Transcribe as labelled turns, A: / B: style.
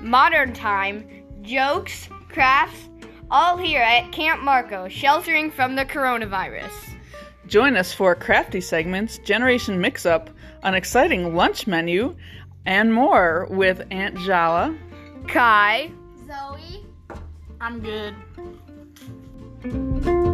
A: modern time, jokes, crafts, all here at Camp Marco, sheltering from the coronavirus.
B: Join us for crafty segments, Generation Mix Up, an exciting lunch menu, and more with Aunt Jala.
A: Kai,
C: Zoe.
D: I'm good.
A: Thank you.